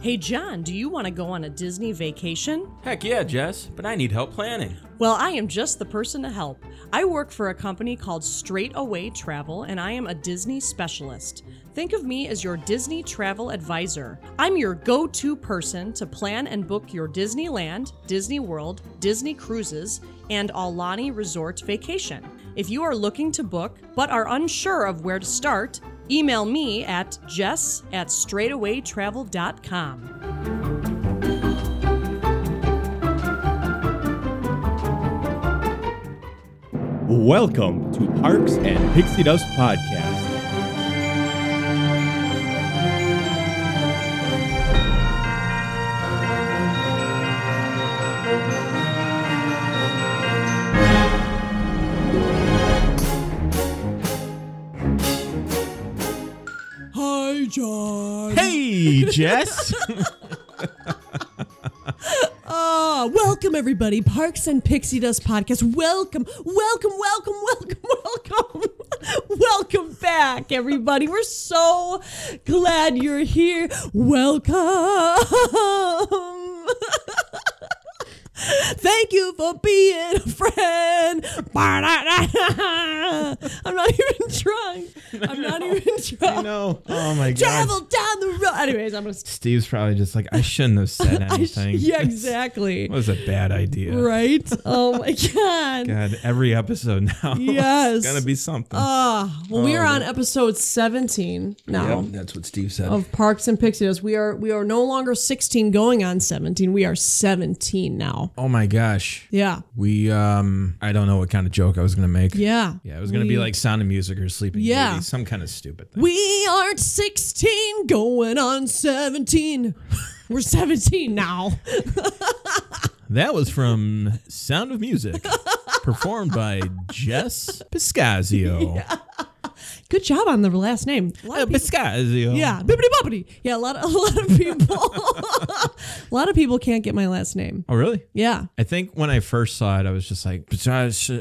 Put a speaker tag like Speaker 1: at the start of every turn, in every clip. Speaker 1: Hey, John, do you want to go on a Disney vacation?
Speaker 2: Heck yeah, Jess, but I need help planning.
Speaker 1: Well, I am just the person to help. I work for a company called Straight Away Travel, and I am a Disney specialist. Think of me as your Disney travel advisor. I'm your go to person to plan and book your Disneyland, Disney World, Disney Cruises, and Alani Resort vacation. If you are looking to book but are unsure of where to start, email me at jess at straightawaytravel.com.
Speaker 3: Welcome to Parks and Pixie Dust Podcast.
Speaker 1: Hi, John.
Speaker 3: Hey, Jess.
Speaker 4: Ah, welcome everybody, Parks and Pixie Dust Podcast. Welcome, welcome, welcome, welcome, welcome, welcome back, everybody. We're so glad you're here. Welcome. Thank you for being a friend. I'm not even trying. I'm not even trying.
Speaker 3: no. Oh my god.
Speaker 4: Travel down the road. Anyways, I'm gonna. St-
Speaker 2: Steve's probably just like, I shouldn't have said
Speaker 4: I sh-
Speaker 2: anything.
Speaker 4: yeah, exactly.
Speaker 2: It was a bad idea.
Speaker 4: Right? Oh my god.
Speaker 2: God, every episode now.
Speaker 4: Yes.
Speaker 2: It's gonna be something.
Speaker 4: Ah, well, we are on episode 17 now
Speaker 2: that's what Steve said.
Speaker 4: of Parks and Pixies. We are we are no longer 16 going on 17. We are 17 now.
Speaker 2: Oh my gosh.
Speaker 4: Yeah.
Speaker 2: We um I don't know what kind of joke I was gonna make.
Speaker 4: Yeah.
Speaker 2: Yeah, it was gonna be like sound of music or sleeping
Speaker 4: Yeah.
Speaker 2: Beauty, some kind of stupid thing.
Speaker 4: We aren't 16 going on 17. We're 17 now.
Speaker 2: That was from Sound of Music, performed by Jess Piscazio.
Speaker 4: Good job on the last name. A lot
Speaker 2: Uh,
Speaker 4: of people-
Speaker 2: Piscazio.
Speaker 4: yeah, bibbidi bobbidi. Yeah, a lot of a lot of people. a lot of people can't get my last name.
Speaker 2: Oh, really?
Speaker 4: Yeah.
Speaker 2: I think when I first saw it, I was just like
Speaker 4: Pistachio?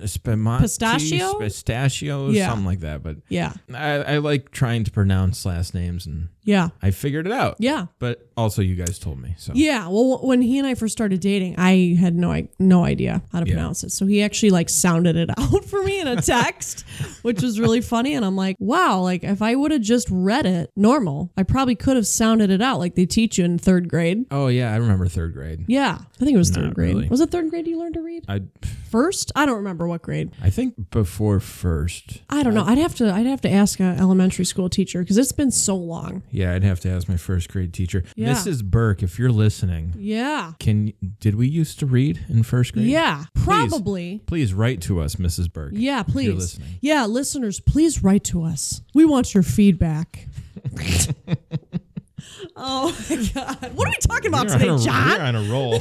Speaker 2: pistachio, pistachio,
Speaker 4: Yeah.
Speaker 2: something like that. But
Speaker 4: Yeah.
Speaker 2: I, I like trying to pronounce last names, and
Speaker 4: Yeah.
Speaker 2: I figured it out.
Speaker 4: Yeah.
Speaker 2: But also, you guys told me. So
Speaker 4: Yeah, well, when he and I first started dating, I had no I, no idea how to
Speaker 2: Yeah.
Speaker 4: pronounce it. So he actually like sounded it out for me in a text, which was really funny. And I'm like, wow, like if I would have just read it normal, I probably could have sounded it out like they teach you in third grade.
Speaker 2: Oh yeah, I remember third grade.
Speaker 4: Yeah, I think it was third grade.
Speaker 2: really.
Speaker 4: Was it third grade you learned to read?
Speaker 2: I
Speaker 4: First, I don't remember what grade.
Speaker 2: I think before first.
Speaker 4: I don't know. I'd have to I'd have to ask a elementary school teacher because it's been so long.
Speaker 2: Yeah, I'd have to ask my first grade teacher,
Speaker 4: Yeah.
Speaker 2: Mrs. Burke, if you're listening.
Speaker 4: Yeah,
Speaker 2: Can did we used to read in first grade?
Speaker 4: yeah, probably.
Speaker 2: Please write to us, Mrs. Burke.
Speaker 4: Yeah, please.
Speaker 2: listening.
Speaker 4: Yeah, listeners, please write to us. We want your feedback. oh my god. What are we talking about
Speaker 2: You're on
Speaker 4: today,
Speaker 2: a-
Speaker 4: John?
Speaker 2: You're on a roll.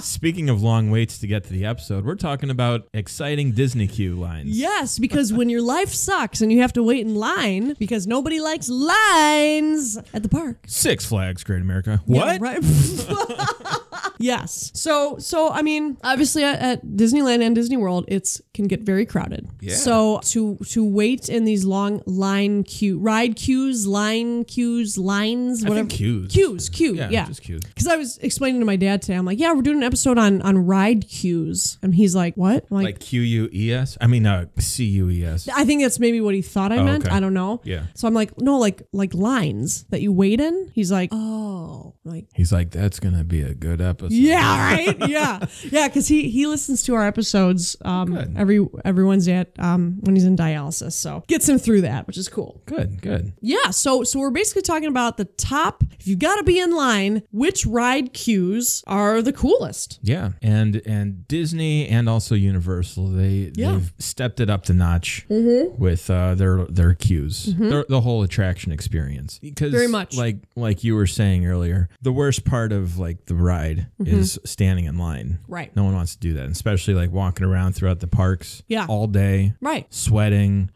Speaker 2: Speaking of long waits to get to the episode, we're talking about exciting Disney queue lines.
Speaker 4: Yes, because when your life sucks and you have to wait in line because nobody likes lines at the park.
Speaker 2: Six Flags Great America. What?
Speaker 4: Yeah, right. yes. So, so I mean, obviously at, at Disneyland and Disney World, it's can get very crowded.
Speaker 2: Yeah.
Speaker 4: So to to wait in these long line queue, ride queues, line queues, lines,
Speaker 2: I
Speaker 4: whatever.
Speaker 2: think queues.
Speaker 4: Queues, queue,
Speaker 2: Yeah,
Speaker 4: yeah.
Speaker 2: just queues.
Speaker 4: Because I was explaining to my dad today, I'm like, yeah, we're doing an episode on on ride queues, and he's like, what? I'm like,
Speaker 2: Like Q U E S? I mean, uh, C U E S.
Speaker 4: I think that's maybe what he thought I meant.
Speaker 2: Oh, okay.
Speaker 4: I don't know.
Speaker 2: Yeah.
Speaker 4: So I'm like, no, like like lines that you wait in. He's like, oh, I'm like
Speaker 2: He's like, that's going to be a good episode.
Speaker 4: Yeah, right. Yeah, yeah. Because he he listens to our episodes um,
Speaker 2: Good.
Speaker 4: every every Wednesday at um, when he's in dialysis, so gets him through that, which is cool.
Speaker 2: Good, good.
Speaker 4: Yeah. So so we're basically talking about the top. If you got to be in line, which ride queues are the coolest?
Speaker 2: Yeah, and and Disney and also Universal they
Speaker 4: Yeah.
Speaker 2: they've stepped it up to notch
Speaker 4: Mm-hmm.
Speaker 2: with uh, their their queues, their, the whole attraction experience. Because
Speaker 4: Very much.
Speaker 2: like like you were saying earlier, the worst part of like the ride is standing in line.
Speaker 4: Mm-hmm. Right.
Speaker 2: No one wants to do that, especially like walking around throughout the parks.
Speaker 4: Yeah.
Speaker 2: All day,
Speaker 4: Right.
Speaker 2: sweating,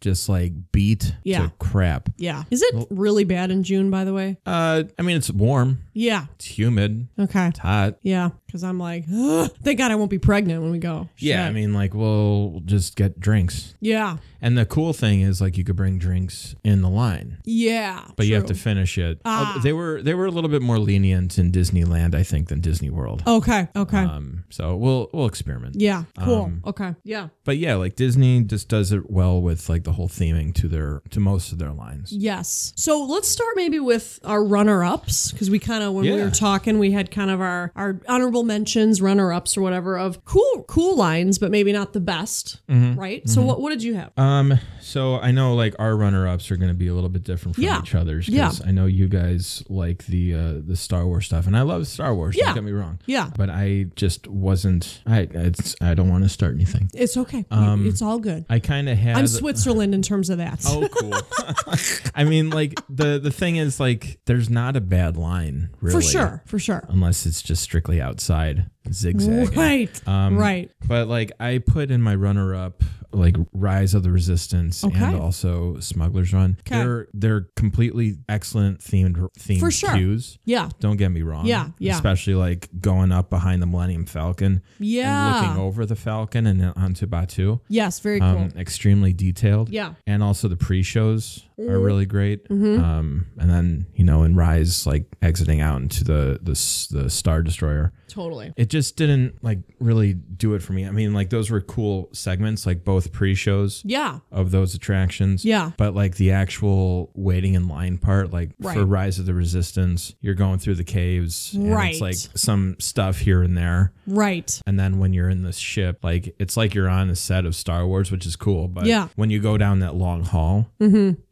Speaker 2: just like beat
Speaker 4: Yeah.
Speaker 2: to crap.
Speaker 4: Yeah. Is it really bad in June? By the way.
Speaker 2: Uh, I mean it's warm.
Speaker 4: Yeah.
Speaker 2: It's humid.
Speaker 4: Okay.
Speaker 2: It's hot.
Speaker 4: Yeah. Because I'm like, "Ugh, thank God I won't be pregnant when we go.
Speaker 2: Yeah, I
Speaker 4: Shit.
Speaker 2: mean, like, we'll just get drinks.
Speaker 4: yeah.
Speaker 2: And the cool thing is, like, you could bring drinks in the line,
Speaker 4: Yeah.
Speaker 2: but you have to
Speaker 4: true. Ah.
Speaker 2: finish it. Uh, They were they were a little bit more lenient in Disneyland, I think, than Disney World.
Speaker 4: Okay. Okay.
Speaker 2: Um, so we'll we'll experiment.
Speaker 4: Oh. yeah. Cool.
Speaker 2: um,
Speaker 4: okay. Yeah.
Speaker 2: But yeah, like Disney just does it well with like the whole theming to their to most of their lines.
Speaker 4: Yes. So let's start maybe with our runner ups because we kind of when we
Speaker 2: Yeah.
Speaker 4: were talking we had kind of our our honorable mentions runner ups or whatever of cool cool lines but maybe not the best
Speaker 2: Mm-hmm.
Speaker 4: right. So what what did you have?
Speaker 2: Um, so I know like our runner ups are going to be a little bit different from
Speaker 4: Yeah.
Speaker 2: each other's. 'cause
Speaker 4: Yeah.
Speaker 2: I know you guys like the uh, the Star Wars stuff, and I love Star Wars.
Speaker 4: Yeah.
Speaker 2: Don't get me wrong.
Speaker 4: Yeah.
Speaker 2: But I just wasn't. I it's, I don't want to start anything.
Speaker 4: it's okay. it's all good.
Speaker 2: I kind of had.
Speaker 4: I'm Switzerland in terms of that.
Speaker 2: um, Oh, cool. I mean, like the the thing is, like, there's not a bad line, really, Um,
Speaker 4: for sure. For sure.
Speaker 2: unless it's just strictly outside zigzag.
Speaker 4: Right.
Speaker 2: Um,
Speaker 4: right.
Speaker 2: But like I put in my runner up like Rise of the Resistance
Speaker 4: Okay.
Speaker 2: and also Smuggler's Run.
Speaker 4: Okay.
Speaker 2: They're they're completely excellent themed themed
Speaker 4: For sure.
Speaker 2: cues.
Speaker 4: Yeah.
Speaker 2: Don't get me wrong.
Speaker 4: Yeah, yeah.
Speaker 2: Especially like going up behind the Millennium Falcon
Speaker 4: Yeah.
Speaker 2: and looking over the Falcon and then onto Batu.
Speaker 4: Yes. Very cool.
Speaker 2: Um, extremely detailed.
Speaker 4: Yeah. Mm-hmm.
Speaker 2: And also the pre-shows are really great. Um, and then, you know, in Rise, like exiting out into the the, s- the Star Destroyer
Speaker 4: totally.
Speaker 2: it just didn't like really do it for me. I mean, like those were cool segments, like both pre-shows
Speaker 4: Yeah.
Speaker 2: of those attractions.
Speaker 4: Yeah.
Speaker 2: But like the actual waiting in line part, like
Speaker 4: Right.
Speaker 2: for Rise of the Resistance, you're going through the caves. and
Speaker 4: Right.
Speaker 2: It's like some stuff here and there.
Speaker 4: Right.
Speaker 2: And then when you're in this ship, like it's like you're on a set of Star Wars, which is cool. But
Speaker 4: Yeah. Mm-hmm.
Speaker 2: when you go down that long hall,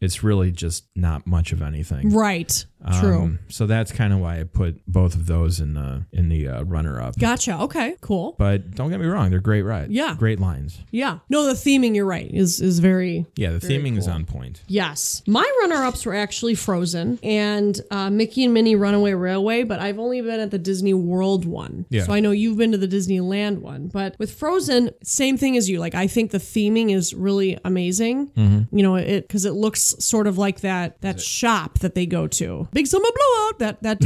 Speaker 2: it's really just not much of anything.
Speaker 4: Right. True.
Speaker 2: Um, so that's kind of why I put both of those in the in the uh, runner up.
Speaker 4: Gotcha. Okay. Cool.
Speaker 2: But don't get me wrong, they're great rides.
Speaker 4: Yeah.
Speaker 2: Great lines.
Speaker 4: Yeah. No, the theming. You're right. Is is very
Speaker 2: Yeah, the theming is on point.
Speaker 4: Yes. My runner ups were actually Frozen and uh, Mickey and Minnie Runaway Railway, but I've only been at the Disney World one.
Speaker 2: Yeah.
Speaker 4: So I know you've been to the Disneyland one. But with Frozen, same thing as you. Like, I think the theming is really amazing. You know, it because it looks sort of like that that shop that they go to. Big Summer Blowout, that, that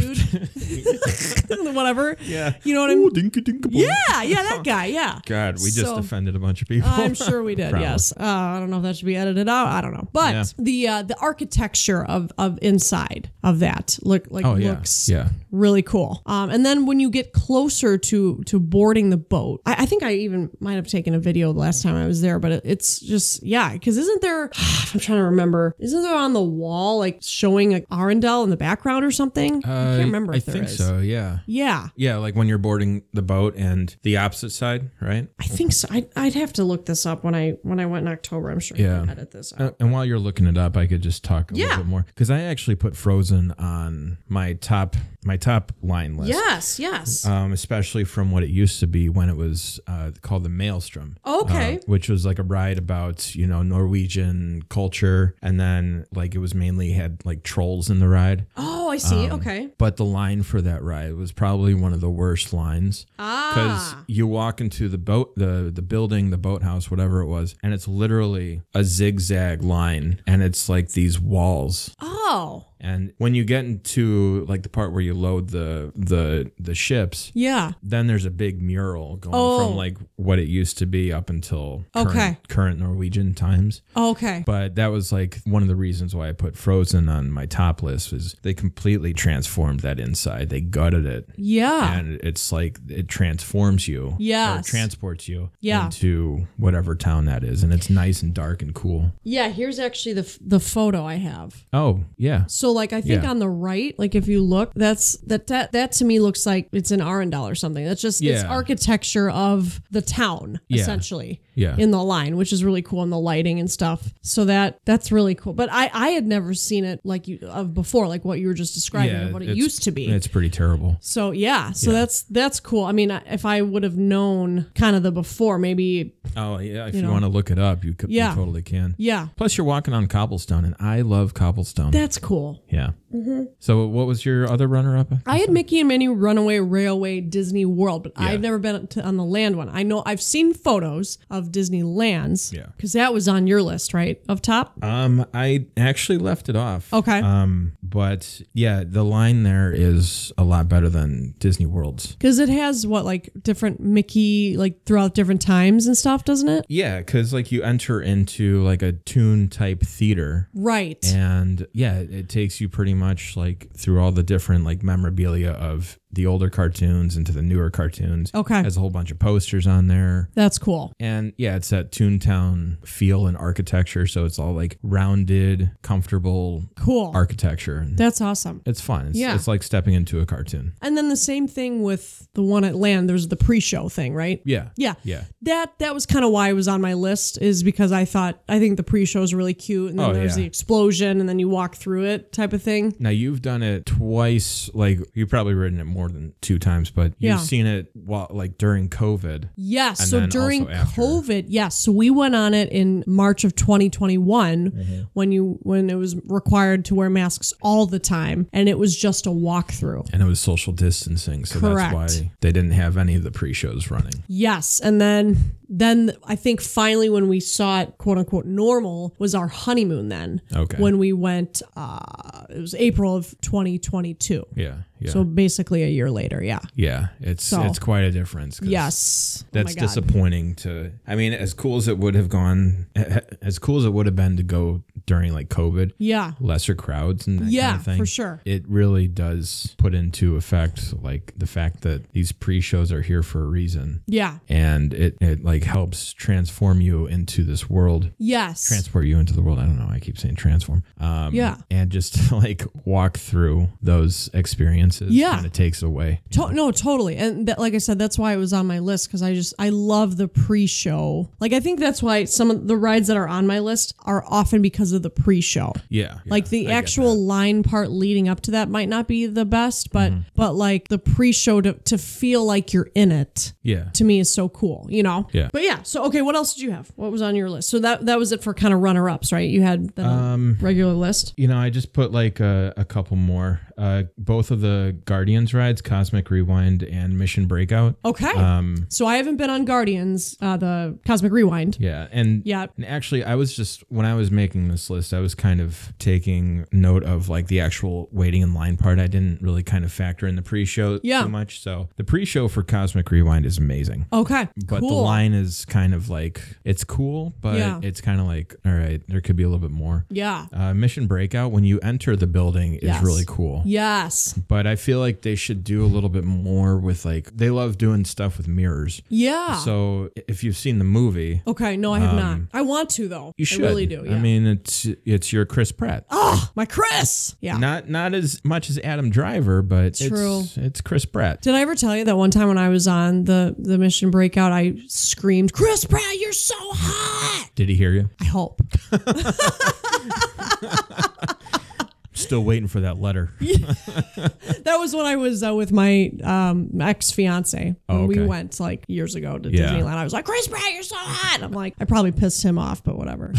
Speaker 4: dude. Whatever. Yeah. You know what I mean? Yeah. Yeah. That guy. Yeah.
Speaker 2: God, we just
Speaker 4: So-
Speaker 2: offended a bunch of people.
Speaker 4: I'm sure we did.
Speaker 2: Probably.
Speaker 4: Yes. Uh, I don't know if that should be edited out. I don't know. But
Speaker 2: Yeah.
Speaker 4: the uh, the architecture of of inside of that look like
Speaker 2: Oh, yeah.
Speaker 4: looks
Speaker 2: Yeah.
Speaker 4: really cool. Um, and then when you get closer to to boarding the boat, I, I think I even might have taken a video the last time I was there. But it, it's just yeah, because isn't there? I'm trying to remember. Isn't there on the wall like showing like Arendelle in the background or something? I can't remember.
Speaker 2: Uh, I
Speaker 4: if there
Speaker 2: think
Speaker 4: is.
Speaker 2: so, yeah.
Speaker 4: Yeah,
Speaker 2: Yeah, like when you're boarding the boat and the opposite side, right?
Speaker 4: I think so. I, I'd have to look this up when I when I went in October. I'm sure. I
Speaker 2: Yeah.
Speaker 4: can edit this. Out.
Speaker 2: Uh, And while you're looking it up, I could just talk a
Speaker 4: Yeah.
Speaker 2: little bit more because I actually put Frozen on my top my top line list.
Speaker 4: Yes, yes.
Speaker 2: Um, especially from what it used to be when it was uh, called the Maelstrom.
Speaker 4: Okay.
Speaker 2: uh, which was like a ride about you know Norwegian culture, and then like it was mainly had like trolls in the ride.
Speaker 4: oh, I see.
Speaker 2: um,
Speaker 4: okay.
Speaker 2: But the line for that ride was probably one of the worst lines because
Speaker 4: Ah.
Speaker 2: you walk into the boat, the the building, the boathouse, whatever it was, and it's literally a zigzag line, and it's like these walls
Speaker 4: Oh.
Speaker 2: and when you get into like the part where you load the the the ships,
Speaker 4: Yeah.
Speaker 2: then there's a big mural going
Speaker 4: Oh.
Speaker 2: from like what it used to be up until current,
Speaker 4: Okay.
Speaker 2: current Norwegian times.
Speaker 4: Oh, Okay.
Speaker 2: But that was like one of the reasons why I put Frozen on my top list was they completely transformed that inside. They gutted it.
Speaker 4: Yeah.
Speaker 2: And it's like it transforms you.
Speaker 4: Yes.
Speaker 2: Or transports you
Speaker 4: Yeah.
Speaker 2: into whatever town that is. And it's nice and dark and cool.
Speaker 4: Yeah, here's actually the f- the photo I have.
Speaker 2: Oh, yeah.
Speaker 4: So like I think
Speaker 2: Yeah.
Speaker 4: on the right, like if you look, that's that that that to me looks like it's an Arendelle or something. That's just it's
Speaker 2: Yeah.
Speaker 4: architecture of the town
Speaker 2: Yeah.
Speaker 4: essentially.
Speaker 2: Yeah.
Speaker 4: In the line, which is really cool and the lighting and stuff. So that that's really cool. But I I had never seen it like you of before, like what you were just describing,
Speaker 2: yeah,
Speaker 4: of what it
Speaker 2: it's-
Speaker 4: used to be.
Speaker 2: It's pretty terrible.
Speaker 4: So yeah, so that's that's cool. I mean, I- if I would have known kind of the before, maybe
Speaker 2: Oh yeah, if
Speaker 4: You
Speaker 2: you,
Speaker 4: know.
Speaker 2: want to look it up, you, c-
Speaker 4: Yeah.
Speaker 2: you totally can.
Speaker 4: yeah,
Speaker 2: Plus, you're walking on cobblestone, and I love cobblestone.
Speaker 4: that's cool. cool.
Speaker 2: Yeah.
Speaker 4: Mm-hmm.
Speaker 2: So what was your other runner up?
Speaker 4: I had Mickey and Minnie Runaway Railway Disney World, but
Speaker 2: Yeah.
Speaker 4: I've never been to, on the land one. I know I've seen photos of Disneyland's
Speaker 2: Yeah.
Speaker 4: because that was on your list, right? Of top?
Speaker 2: Um, I actually left it off.
Speaker 4: Okay.
Speaker 2: Um, but yeah, the line there is a lot better than Disney World's.
Speaker 4: Because it has what, like different Mickey, like throughout different times and stuff, doesn't it?
Speaker 2: Yeah, because like you enter into like a tune type theater.
Speaker 4: Right.
Speaker 2: And yeah, it it takes you pretty much like through all the different like memorabilia of the older cartoons into the newer cartoons.
Speaker 4: Okay.
Speaker 2: Has a whole bunch of posters on there.
Speaker 4: That's cool.
Speaker 2: And yeah, it's that Toontown feel and architecture. So it's all like rounded, comfortable
Speaker 4: Cool.
Speaker 2: architecture. And
Speaker 4: That's awesome.
Speaker 2: it's fun. It's,
Speaker 4: Yeah.
Speaker 2: it's like stepping into a cartoon.
Speaker 4: And then the same thing with the one at land. There's the pre-show thing, right?
Speaker 2: Yeah.
Speaker 4: Yeah.
Speaker 2: Yeah.
Speaker 4: That that was kind of why I was on my list is because I thought I think the pre-show is really cute and then
Speaker 2: Oh,
Speaker 4: there's
Speaker 2: yeah.
Speaker 4: the explosion and then you walk through it type of thing.
Speaker 2: Now you've done it twice. Like you've probably ridden it more than two times, but
Speaker 4: Yeah.
Speaker 2: you've seen it while like during COVID.
Speaker 4: Yes.
Speaker 2: And
Speaker 4: so
Speaker 2: then
Speaker 4: during
Speaker 2: also after.
Speaker 4: COVID, yes. So we went on it in March of 2021
Speaker 2: Mm-hmm.
Speaker 4: when you when it was required to wear masks all the time and it was just a walkthrough.
Speaker 2: And it was social distancing, so
Speaker 4: Correct.
Speaker 2: that's why they didn't have any of the pre-shows running.
Speaker 4: Yes. And then then I think finally when we saw it quote unquote normal was our honeymoon then.
Speaker 2: Okay.
Speaker 4: When we went uh it was April of 2022.
Speaker 2: Yeah, yeah,
Speaker 4: So basically a year later, yeah.
Speaker 2: yeah. It's
Speaker 4: So-
Speaker 2: it's quite a difference. 'cause
Speaker 4: Yes. Oh
Speaker 2: that's
Speaker 4: my God.
Speaker 2: disappointing. To I mean, as cool as it would have gone, as cool as it would have been to go during like COVID,
Speaker 4: Yeah.
Speaker 2: lesser crowds and that
Speaker 4: Yeah,
Speaker 2: kind of thing.
Speaker 4: for sure.
Speaker 2: It really does put into effect like the fact that these pre-shows are here for a reason.
Speaker 4: Yeah.
Speaker 2: and it, it like helps transform you into this world
Speaker 4: Yes.
Speaker 2: transport you into the world i don't know i keep saying transform um
Speaker 4: Yeah.
Speaker 2: and just like walk through those experiences
Speaker 4: Yeah.
Speaker 2: kind of takes away
Speaker 4: To- no, totally. And that, like I said, that's why it was on my list because I just I love the pre-show. Like I think that's why some of the rides that are on my list are often because of the pre-show.
Speaker 2: yeah
Speaker 4: Like the actual line part leading up to that might not be the best, but
Speaker 2: Mm-hmm.
Speaker 4: but like the pre-show to, to feel like you're in it
Speaker 2: yeah
Speaker 4: to me is so cool, you know.
Speaker 2: Yeah.
Speaker 4: But yeah, so okay, what else did you have? What was on your list? So that that was it for kind of runner-ups, right? You had the
Speaker 2: Um,
Speaker 4: regular list.
Speaker 2: you know i just put like a, a couple more uh both of the guardians rides cosmic rewind and mission breakout
Speaker 4: Okay.
Speaker 2: um
Speaker 4: so I haven't been on Guardians, uh, the Cosmic Rewind.
Speaker 2: Yeah, and
Speaker 4: Yeah.
Speaker 2: and actually, I was just when I was making this list, I was kind of taking note of like the actual waiting in line part. I didn't really kind of factor in the pre-show
Speaker 4: Yeah.
Speaker 2: too much. So the pre-show for Cosmic Rewind is amazing.
Speaker 4: Okay.
Speaker 2: But
Speaker 4: cool.
Speaker 2: the line is kind of like it's cool, but
Speaker 4: Yeah.
Speaker 2: it's kind of like all right, there could be a little bit more.
Speaker 4: Yeah.
Speaker 2: Uh, Mission Breakout when you enter the building is
Speaker 4: Yes.
Speaker 2: really cool,
Speaker 4: Yes.
Speaker 2: but I feel like they should do a little bit more with like they love doing stuff with mirrors.
Speaker 4: Yeah.
Speaker 2: So if you've seen the movie,
Speaker 4: okay. No, I have not. I want to though.
Speaker 2: You should.
Speaker 4: I really do. Yeah.
Speaker 2: I mean, it's it's your Chris Pratt.
Speaker 4: oh, my Chris. Yeah.
Speaker 2: Not not as much as Adam Driver, but
Speaker 4: True.
Speaker 2: it's it's Chris Pratt.
Speaker 4: Did I ever tell you that one time when I was on the the mission breakout, I screamed, "Chris Pratt, you're so hot!"
Speaker 2: Did he hear you?
Speaker 4: I hope.
Speaker 2: Still waiting for that letter.
Speaker 4: That was when I was uh, with my um, ex fiance.
Speaker 2: Oh,
Speaker 4: We
Speaker 2: okay.
Speaker 4: went like years ago to
Speaker 2: Yeah.
Speaker 4: Disneyland. I was like, Chris Pratt, you're so hot. I'm like, I probably pissed him off, but whatever.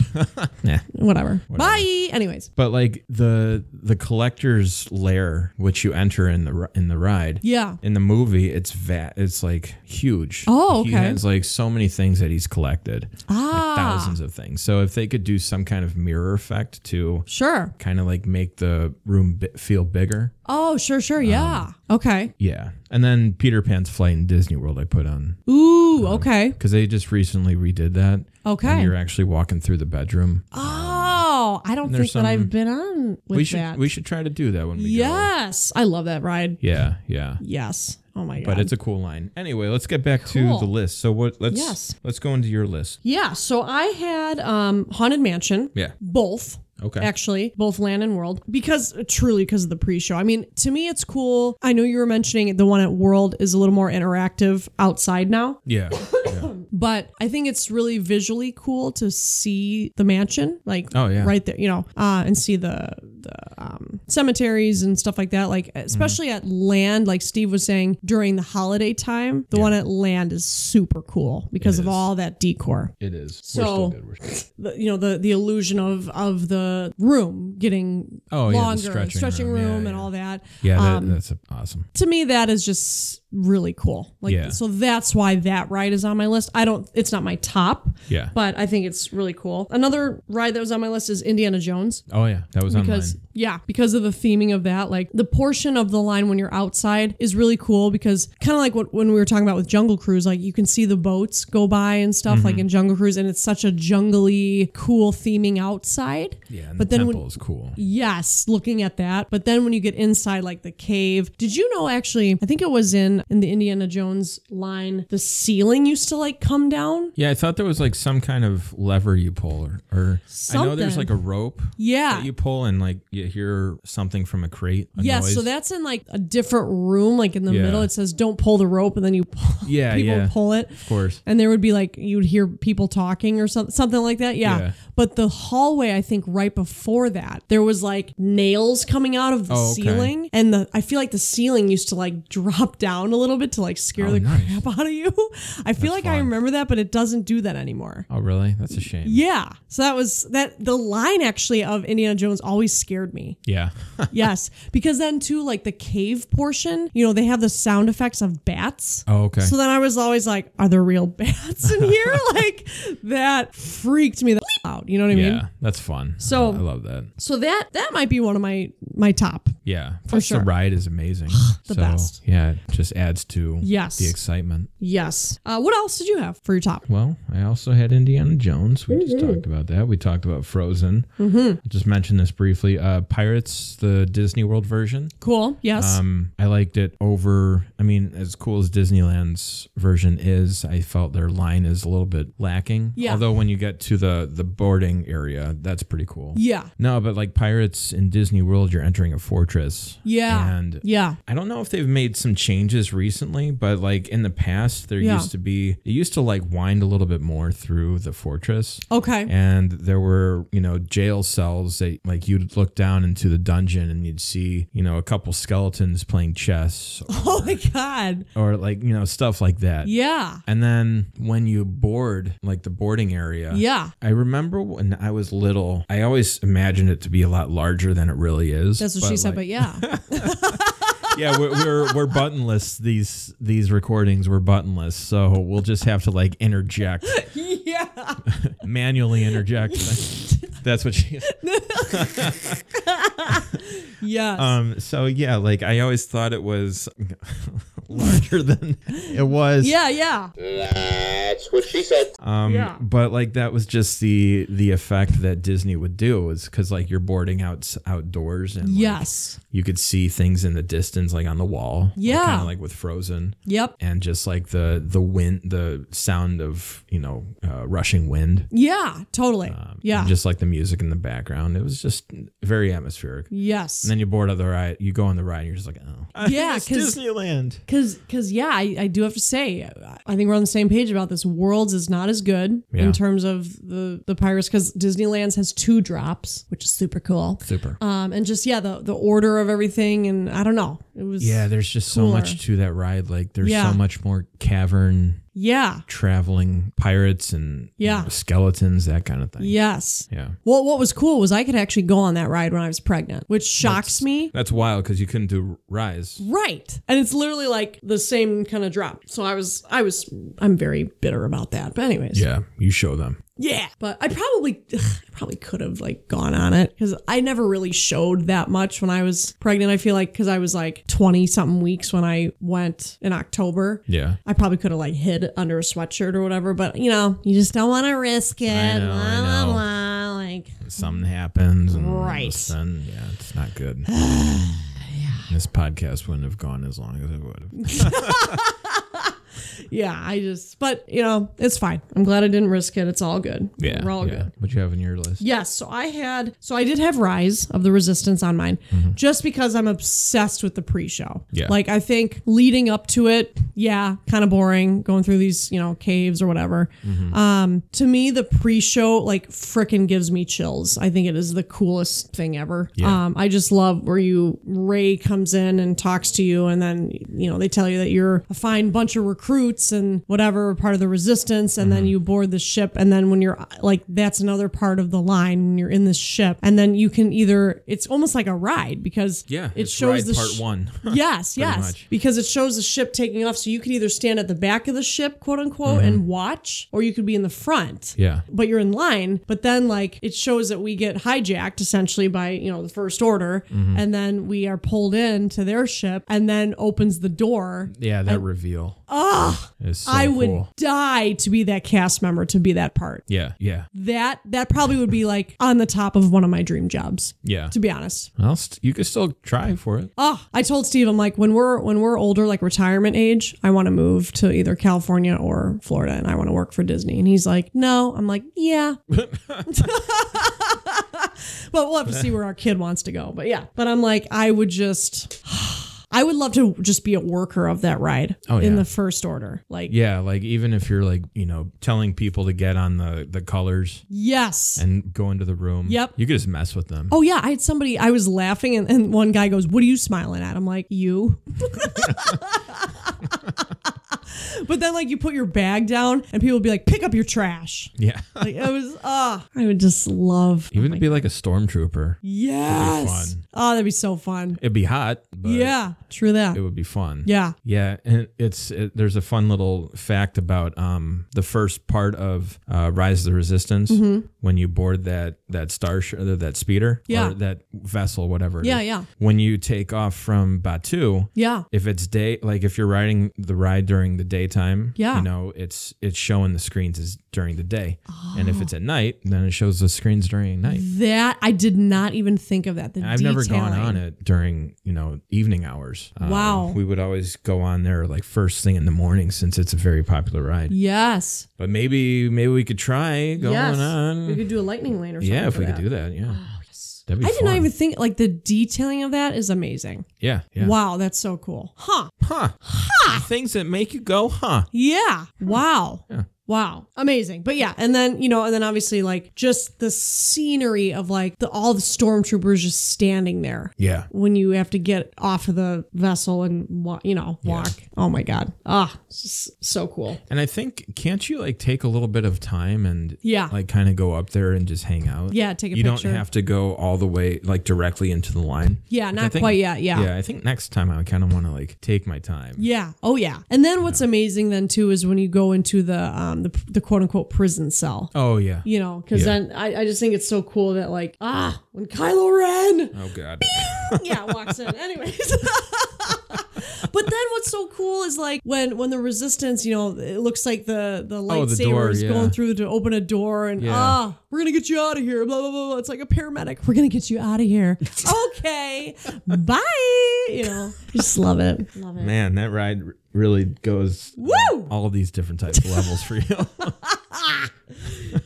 Speaker 2: Nah.
Speaker 4: whatever. Bye. Anyways.
Speaker 2: But like the the collector's lair, which you enter in the ri- in the ride.
Speaker 4: Yeah.
Speaker 2: In the movie, it's vat. It's like huge.
Speaker 4: Oh,
Speaker 2: He
Speaker 4: okay.
Speaker 2: has like so many things that he's collected,
Speaker 4: Ah.
Speaker 2: thousands of things. So if they could do some kind of mirror effect to
Speaker 4: Sure.
Speaker 2: kind of like make the room bi- feel bigger,
Speaker 4: Oh, sure,
Speaker 2: Um,
Speaker 4: sure. Yeah. okay.
Speaker 2: Yeah. And then Peter Pan's flight in Disney World I put on
Speaker 4: Ooh,
Speaker 2: um,
Speaker 4: okay.
Speaker 2: because they just recently redid that. And
Speaker 4: Okay.
Speaker 2: you're actually walking through the bedroom.
Speaker 4: Oh, I don't think
Speaker 2: there's
Speaker 4: that I've
Speaker 2: some-
Speaker 4: been on with
Speaker 2: we should
Speaker 4: that.
Speaker 2: we should try to do that when we go.
Speaker 4: yes. I love that ride.
Speaker 2: Yeah, yeah.
Speaker 4: Yes. Oh my god.
Speaker 2: But it's a cool line. Anyway, let's get back
Speaker 4: Cool.
Speaker 2: to the list. So what let's
Speaker 4: Yes.
Speaker 2: let's go into your list.
Speaker 4: yeah, so I had um Haunted Mansion.
Speaker 2: Yeah.
Speaker 4: Both.
Speaker 2: Okay.
Speaker 4: Actually, both land and world because truly because of the pre-show. I mean, to me it's cool. I know you were mentioning the one at World is a little more interactive outside now,
Speaker 2: Yeah. yeah.
Speaker 4: but I think it's really visually cool to see the mansion like
Speaker 2: Oh, yeah.
Speaker 4: right there, you know, uh and see the the um cemeteries and stuff like that. Like
Speaker 2: Mm-hmm.
Speaker 4: especially at land, like Steve was saying during the holiday time, the one at land is super cool because of
Speaker 2: is.
Speaker 4: all that decor.
Speaker 2: It is.
Speaker 4: We're still So- good, The, you know the the illusion of of the room getting
Speaker 2: Oh, yeah, the
Speaker 4: longer,
Speaker 2: stretching room.
Speaker 4: room,
Speaker 2: Yeah, yeah.
Speaker 4: and all that.
Speaker 2: Yeah, that,
Speaker 4: Um,
Speaker 2: that's awesome.
Speaker 4: to me that is just really cool like
Speaker 2: Yeah.
Speaker 4: so that's why that ride is on my list i don't it's not my top
Speaker 2: Yeah.
Speaker 4: but i think it's really cool another ride that was on my list is indiana jones
Speaker 2: Oh yeah, that was online.
Speaker 4: because yeah because of the theming of that like the portion of the line when you're outside is really cool because kind of like what when we were talking about with jungle cruise like you can see the boats go by and stuff like
Speaker 2: Mm-hmm.
Speaker 4: in jungle cruise and it's such a jungly cool theming outside
Speaker 2: Yeah, and
Speaker 4: but
Speaker 2: the
Speaker 4: then
Speaker 2: temple
Speaker 4: when
Speaker 2: is cool.
Speaker 4: Yes, looking at that. But then when you get inside, like the cave, did you know actually? I think it was in in the Indiana Jones line. The ceiling used to like come down.
Speaker 2: Yeah, I thought there was like some kind of lever you pull, or, or I know there's
Speaker 4: Something.
Speaker 2: like a rope
Speaker 4: Yeah.
Speaker 2: that you pull, and like you hear something from a crate. A
Speaker 4: yeah,
Speaker 2: noise.
Speaker 4: so that's in like a different room, like in the
Speaker 2: Yeah.
Speaker 4: middle. It says don't pull the rope, and then you pull,
Speaker 2: Yeah,
Speaker 4: people
Speaker 2: yeah.
Speaker 4: pull it.
Speaker 2: of course.
Speaker 4: and there would be like you'd hear people talking or something something like that yeah.
Speaker 2: Yeah.
Speaker 4: but the hallway i think right before that there was like nails coming out of the
Speaker 2: Oh, okay.
Speaker 4: ceiling and the i feel like the ceiling used to like drop down a little bit to like scare
Speaker 2: Oh,
Speaker 4: the
Speaker 2: nice.
Speaker 4: crap out of you i feel like i
Speaker 2: fun.
Speaker 4: remember that but it doesn't do that anymore
Speaker 2: Oh really? That's a shame.
Speaker 4: yeah so that was that the line actually of indiana jones always scared me
Speaker 2: Yeah.
Speaker 4: yes because then too like the cave portion you know they have the sound effects of bats
Speaker 2: oh okay.
Speaker 4: so then I was always like, are there real bats in here? like that freaked me the out. You know what I mean?
Speaker 2: yeah, that's fun.
Speaker 4: So-
Speaker 2: I love that.
Speaker 4: So that that might be one of my my top.
Speaker 2: Yeah, plus
Speaker 4: sure.
Speaker 2: the ride is amazing.
Speaker 4: The
Speaker 2: so,
Speaker 4: best.
Speaker 2: Yeah, it just adds to
Speaker 4: Yes.
Speaker 2: the excitement.
Speaker 4: Yes. Uh, what else did you have for your top?
Speaker 2: Well, I also had Indiana Jones. We just talked about that. We talked about Frozen. Mm-hmm. Just mentioned this briefly. Uh, Pirates, the Disney World version.
Speaker 4: Cool. Yes.
Speaker 2: Um, I liked it over. I mean, as cool as Disneyland's version is, I felt their line is a little bit lacking.
Speaker 4: Yeah.
Speaker 2: Although when you get to the the boarding area, that's pretty cool.
Speaker 4: yeah.
Speaker 2: No, but like Pirates in Disney World, you're entering a fortress.
Speaker 4: Yeah.
Speaker 2: And
Speaker 4: yeah.
Speaker 2: I don't know if they've made some changes recently, but like in the past, there
Speaker 4: Yeah.
Speaker 2: used to be, it used to like wind a little bit more through the fortress.
Speaker 4: Okay.
Speaker 2: And there were, you know, jail cells that like you'd look down into the dungeon and you'd see, you know, a couple skeletons playing chess
Speaker 4: oh my god.
Speaker 2: or like, you know, stuff like that.
Speaker 4: Yeah.
Speaker 2: And then when you board, like the boarding area.
Speaker 4: Yeah.
Speaker 2: I remember when I was little, I always imagined it to be a lot larger than it really is.
Speaker 4: That's what she
Speaker 2: but,
Speaker 4: said,
Speaker 2: like,
Speaker 4: but yeah.
Speaker 2: yeah, we're, we're we're buttonless. These these recordings were buttonless, so we'll just have to like interject
Speaker 4: yeah.
Speaker 2: manually. Interject. That's what she.
Speaker 4: Yes.
Speaker 2: Um. So yeah, like I always thought it was larger than it was.
Speaker 4: yeah, yeah.
Speaker 5: That's what she said.
Speaker 2: Um,
Speaker 4: Yeah.
Speaker 2: But like that was just the the effect that Disney would do was because like you're boarding out outdoors and like,
Speaker 4: Yes.
Speaker 2: you could see things in the distance like on the wall.
Speaker 4: Yeah.
Speaker 2: Kind of like with Frozen.
Speaker 4: Yep.
Speaker 2: and just like the the wind the sound of you know uh, rushing wind
Speaker 4: Yeah, totally. yeah.
Speaker 2: Um, and just like the music in the background it was just very atmospheric and
Speaker 4: yes.
Speaker 2: then you board on the ride you go on the ride and you're just like oh
Speaker 4: yeah,
Speaker 2: It's
Speaker 4: because
Speaker 2: disneyland
Speaker 4: Cause, cause, yeah, I, I do have to say, I think we're on the same page about this. Worlds is not as good
Speaker 2: Yeah.
Speaker 4: in terms of the the pirates, because Disneyland's has two drops, which is super cool.
Speaker 2: super
Speaker 4: Um, and just yeah, the the order of everything, and I don't know, it was
Speaker 2: yeah there's just so
Speaker 4: cooler.
Speaker 2: much to that ride like there's
Speaker 4: Yeah.
Speaker 2: so much more cavern
Speaker 4: yeah,
Speaker 2: traveling pirates and you
Speaker 4: Yeah.
Speaker 2: know, skeletons that kind of thing
Speaker 4: yes.
Speaker 2: yeah
Speaker 4: Well, what was cool was I could actually go on that ride when I was pregnant, which shocks me.
Speaker 2: that's wild because you couldn't do rise
Speaker 4: Right, and it's literally like the same kind of drop. So I was, I was, I'm very bitter about that. But anyways,
Speaker 2: yeah you show them
Speaker 4: Yeah, but I probably ugh, I probably could have like gone on it because I never really showed that much when I was pregnant. I feel like because I was like twenty something weeks when I went in October.
Speaker 2: yeah
Speaker 4: I probably could have like hid under a sweatshirt or whatever, but you know, you just don't want to risk it.
Speaker 2: I know,
Speaker 4: blah,
Speaker 2: I know.
Speaker 4: blah, blah. Like,
Speaker 2: something happens and all of a
Speaker 4: Right.
Speaker 2: sudden, yeah it's not good this podcast wouldn't have gone as long as it would have
Speaker 4: yeah, I just, but you know, it's fine. I'm glad I didn't risk it. It's all good.
Speaker 2: Yeah.
Speaker 4: We're all
Speaker 2: yeah.
Speaker 4: good.
Speaker 2: What you have on your list?
Speaker 4: Yes, so I had so I did have Rise of the Resistance on mine just because I'm obsessed with the pre-show.
Speaker 2: Mm-hmm. Yeah.
Speaker 4: Like I think leading up to it, yeah, kind of boring going through these, you know, caves or whatever.
Speaker 2: Mm-hmm.
Speaker 4: Um to me the pre-show like frickin' gives me chills. I think it is the coolest thing ever.
Speaker 2: Yeah.
Speaker 4: Um I just love where you Ray comes in and talks to you and then you know they tell you that you're a fine bunch of recruits and whatever part of the resistance and
Speaker 2: Mm-hmm.
Speaker 4: then you board the ship and then when you're like that's another part of the line when you're in this ship and then you can either it's almost like a ride because
Speaker 2: Yeah.
Speaker 4: it
Speaker 2: it's
Speaker 4: shows
Speaker 2: ride
Speaker 4: the
Speaker 2: part
Speaker 4: sh-
Speaker 2: one.
Speaker 4: yes, yes.
Speaker 2: much.
Speaker 4: Because it shows the ship taking off. So you could either stand at the back of the ship, quote unquote, and watch, or you could be in the front.
Speaker 2: Mm-hmm. Yeah.
Speaker 4: But you're in line. But then, like, it shows that we get hijacked essentially by, you know, the First Order.
Speaker 2: Mm-hmm.
Speaker 4: And then we are pulled in to their ship and then opens the door.
Speaker 2: Yeah. That reveal.
Speaker 4: Ah,
Speaker 2: is so
Speaker 4: I would
Speaker 2: cool.
Speaker 4: die to be that cast member to be that part.
Speaker 2: Yeah. Yeah.
Speaker 4: That that probably would be like on the top of one of my dream jobs,
Speaker 2: Yeah.
Speaker 4: to be honest.
Speaker 2: Well, st- you could still try for it.
Speaker 4: Oh, I told Steve, I'm like, when we're when we're older, like retirement age, I want to move to either California or Florida, and I want to work for Disney. And he's like, no. I'm like, yeah. but we'll have to see where our kid wants to go. But yeah, but I'm like, I would just. I would love to just be a worker of that ride
Speaker 2: Oh,
Speaker 4: in
Speaker 2: yeah.
Speaker 4: the first order. Like,
Speaker 2: Yeah, like even if you're like, you know, telling people to get on the the colors
Speaker 4: yes.
Speaker 2: and go into the room.
Speaker 4: Yep.
Speaker 2: You could just mess with them.
Speaker 4: Oh yeah, I had somebody. I was laughing, and, and one guy goes, "What are you smiling at?" I'm like, "You." but then, like, you put your bag down, and people would be like, "Pick up your trash."
Speaker 2: Yeah.
Speaker 4: Like, I was, ah, I would just love.
Speaker 2: even to be like a stormtrooper.
Speaker 4: Yes.
Speaker 2: fun.
Speaker 4: Oh, that'd be so fun.
Speaker 2: It'd be hot, but
Speaker 4: yeah, true that.
Speaker 2: it would be fun.
Speaker 4: yeah.
Speaker 2: Yeah, and it's it, there's a fun little fact about um the first part of uh, Rise of the Resistance
Speaker 4: Mm-hmm.
Speaker 2: when you board that that starship that speeder
Speaker 4: Yeah.
Speaker 2: or that vessel whatever. it
Speaker 4: Yeah,
Speaker 2: is.
Speaker 4: yeah.
Speaker 2: When you take off from Batu,
Speaker 4: Yeah.
Speaker 2: if it's day like if you're riding the ride during the daytime
Speaker 4: Yeah.
Speaker 2: you know it's it's showing the screens is during the day and
Speaker 4: Ah.
Speaker 2: if it's at night then it shows the screens during night
Speaker 4: That I did not even think of that. The
Speaker 2: i've never gone
Speaker 4: detailing.
Speaker 2: on it during you know evening hours Um,
Speaker 4: Wow.
Speaker 2: we would always go on there like first thing in the morning since it's a very popular ride
Speaker 4: Yes.
Speaker 2: but maybe maybe we could try going
Speaker 4: yes. We
Speaker 2: on
Speaker 4: could do a lightning lane or something.
Speaker 2: yeah if
Speaker 4: for
Speaker 2: we
Speaker 4: that.
Speaker 2: could do that yeah That'd be
Speaker 4: I did not
Speaker 2: fun.
Speaker 4: even think like the detailing of that is amazing.
Speaker 2: Yeah. yeah.
Speaker 4: Wow, that's so cool. Huh.
Speaker 2: Huh. Huh. Things that make you go, huh?
Speaker 4: Yeah. Wow.
Speaker 2: Yeah.
Speaker 4: Wow. Amazing. But yeah, and then, you know, and then obviously like just the scenery of like the all the stormtroopers just standing there
Speaker 2: Yeah.
Speaker 4: when you have to get off of the vessel and wa- you know, walk. Oh my god. Ah, it's just so cool.
Speaker 2: And I think can't you like take a little bit of time and
Speaker 4: Yeah.
Speaker 2: like kind of go up there and just hang out?
Speaker 4: Yeah, take a
Speaker 2: you
Speaker 4: picture.
Speaker 2: don't have to go all the way like directly into the line.
Speaker 4: Yeah,
Speaker 2: Like, I
Speaker 4: not
Speaker 2: think-
Speaker 4: quite yet. Yeah.
Speaker 2: Yeah, I think next time I kind of want to like take my time.
Speaker 4: Yeah. Oh, yeah. And then what's amazing then too is when you go into the um the, the quote unquote prison cell.
Speaker 2: Oh yeah.
Speaker 4: You know, because
Speaker 2: Yeah.
Speaker 4: then I, I just think it's so cool that like ah when Kylo Ren
Speaker 2: Oh god.
Speaker 4: yeah, walks in. Anyways. But then what's so cool is like when when the resistance, you know, it looks like the the lightsaber
Speaker 2: Oh, the door,
Speaker 4: is
Speaker 2: yeah.
Speaker 4: going through to open a door and
Speaker 2: Yeah.
Speaker 4: ah, we're gonna get you out of here. Blah blah blah. blah. It's like a paramedic. We're gonna get you out of here. okay, bye. You know, just love it. Love it.
Speaker 2: Man, that ride r- really goes
Speaker 4: Woo!
Speaker 2: all these different types of levels for you.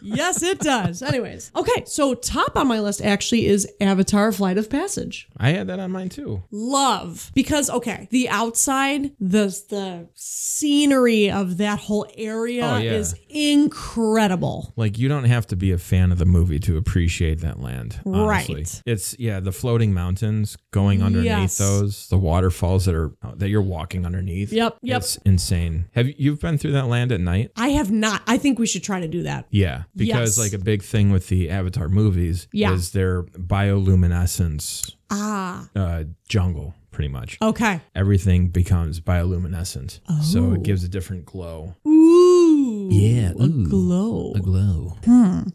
Speaker 4: Yes, it does. Anyways, okay. So top on my list actually is Avatar: Flight of Passage.
Speaker 2: I had that on mine too.
Speaker 4: love because okay the outside the the scenery of that whole area
Speaker 2: Oh, yeah.
Speaker 4: is incredible
Speaker 2: Like you don't have to be a fan of the movie to appreciate that land. Honestly.
Speaker 4: Right.
Speaker 2: It's yeah, the floating mountains going underneath
Speaker 4: Yes.
Speaker 2: those, the waterfalls that are uh, that you're walking underneath.
Speaker 4: Yep, yep.
Speaker 2: It's insane. Have you you've been through that land at night?
Speaker 4: i have not i think we should try to do that
Speaker 2: Yeah, because
Speaker 4: Yes.
Speaker 2: like a big thing with the Avatar movies
Speaker 4: Yeah.
Speaker 2: is their bioluminescence
Speaker 4: ah
Speaker 2: uh, jungle, pretty much.
Speaker 4: okay Oh.
Speaker 2: Everything becomes bioluminescent, so it gives a different glow.
Speaker 4: ooh
Speaker 2: yeah.
Speaker 4: a glow.
Speaker 2: A glow.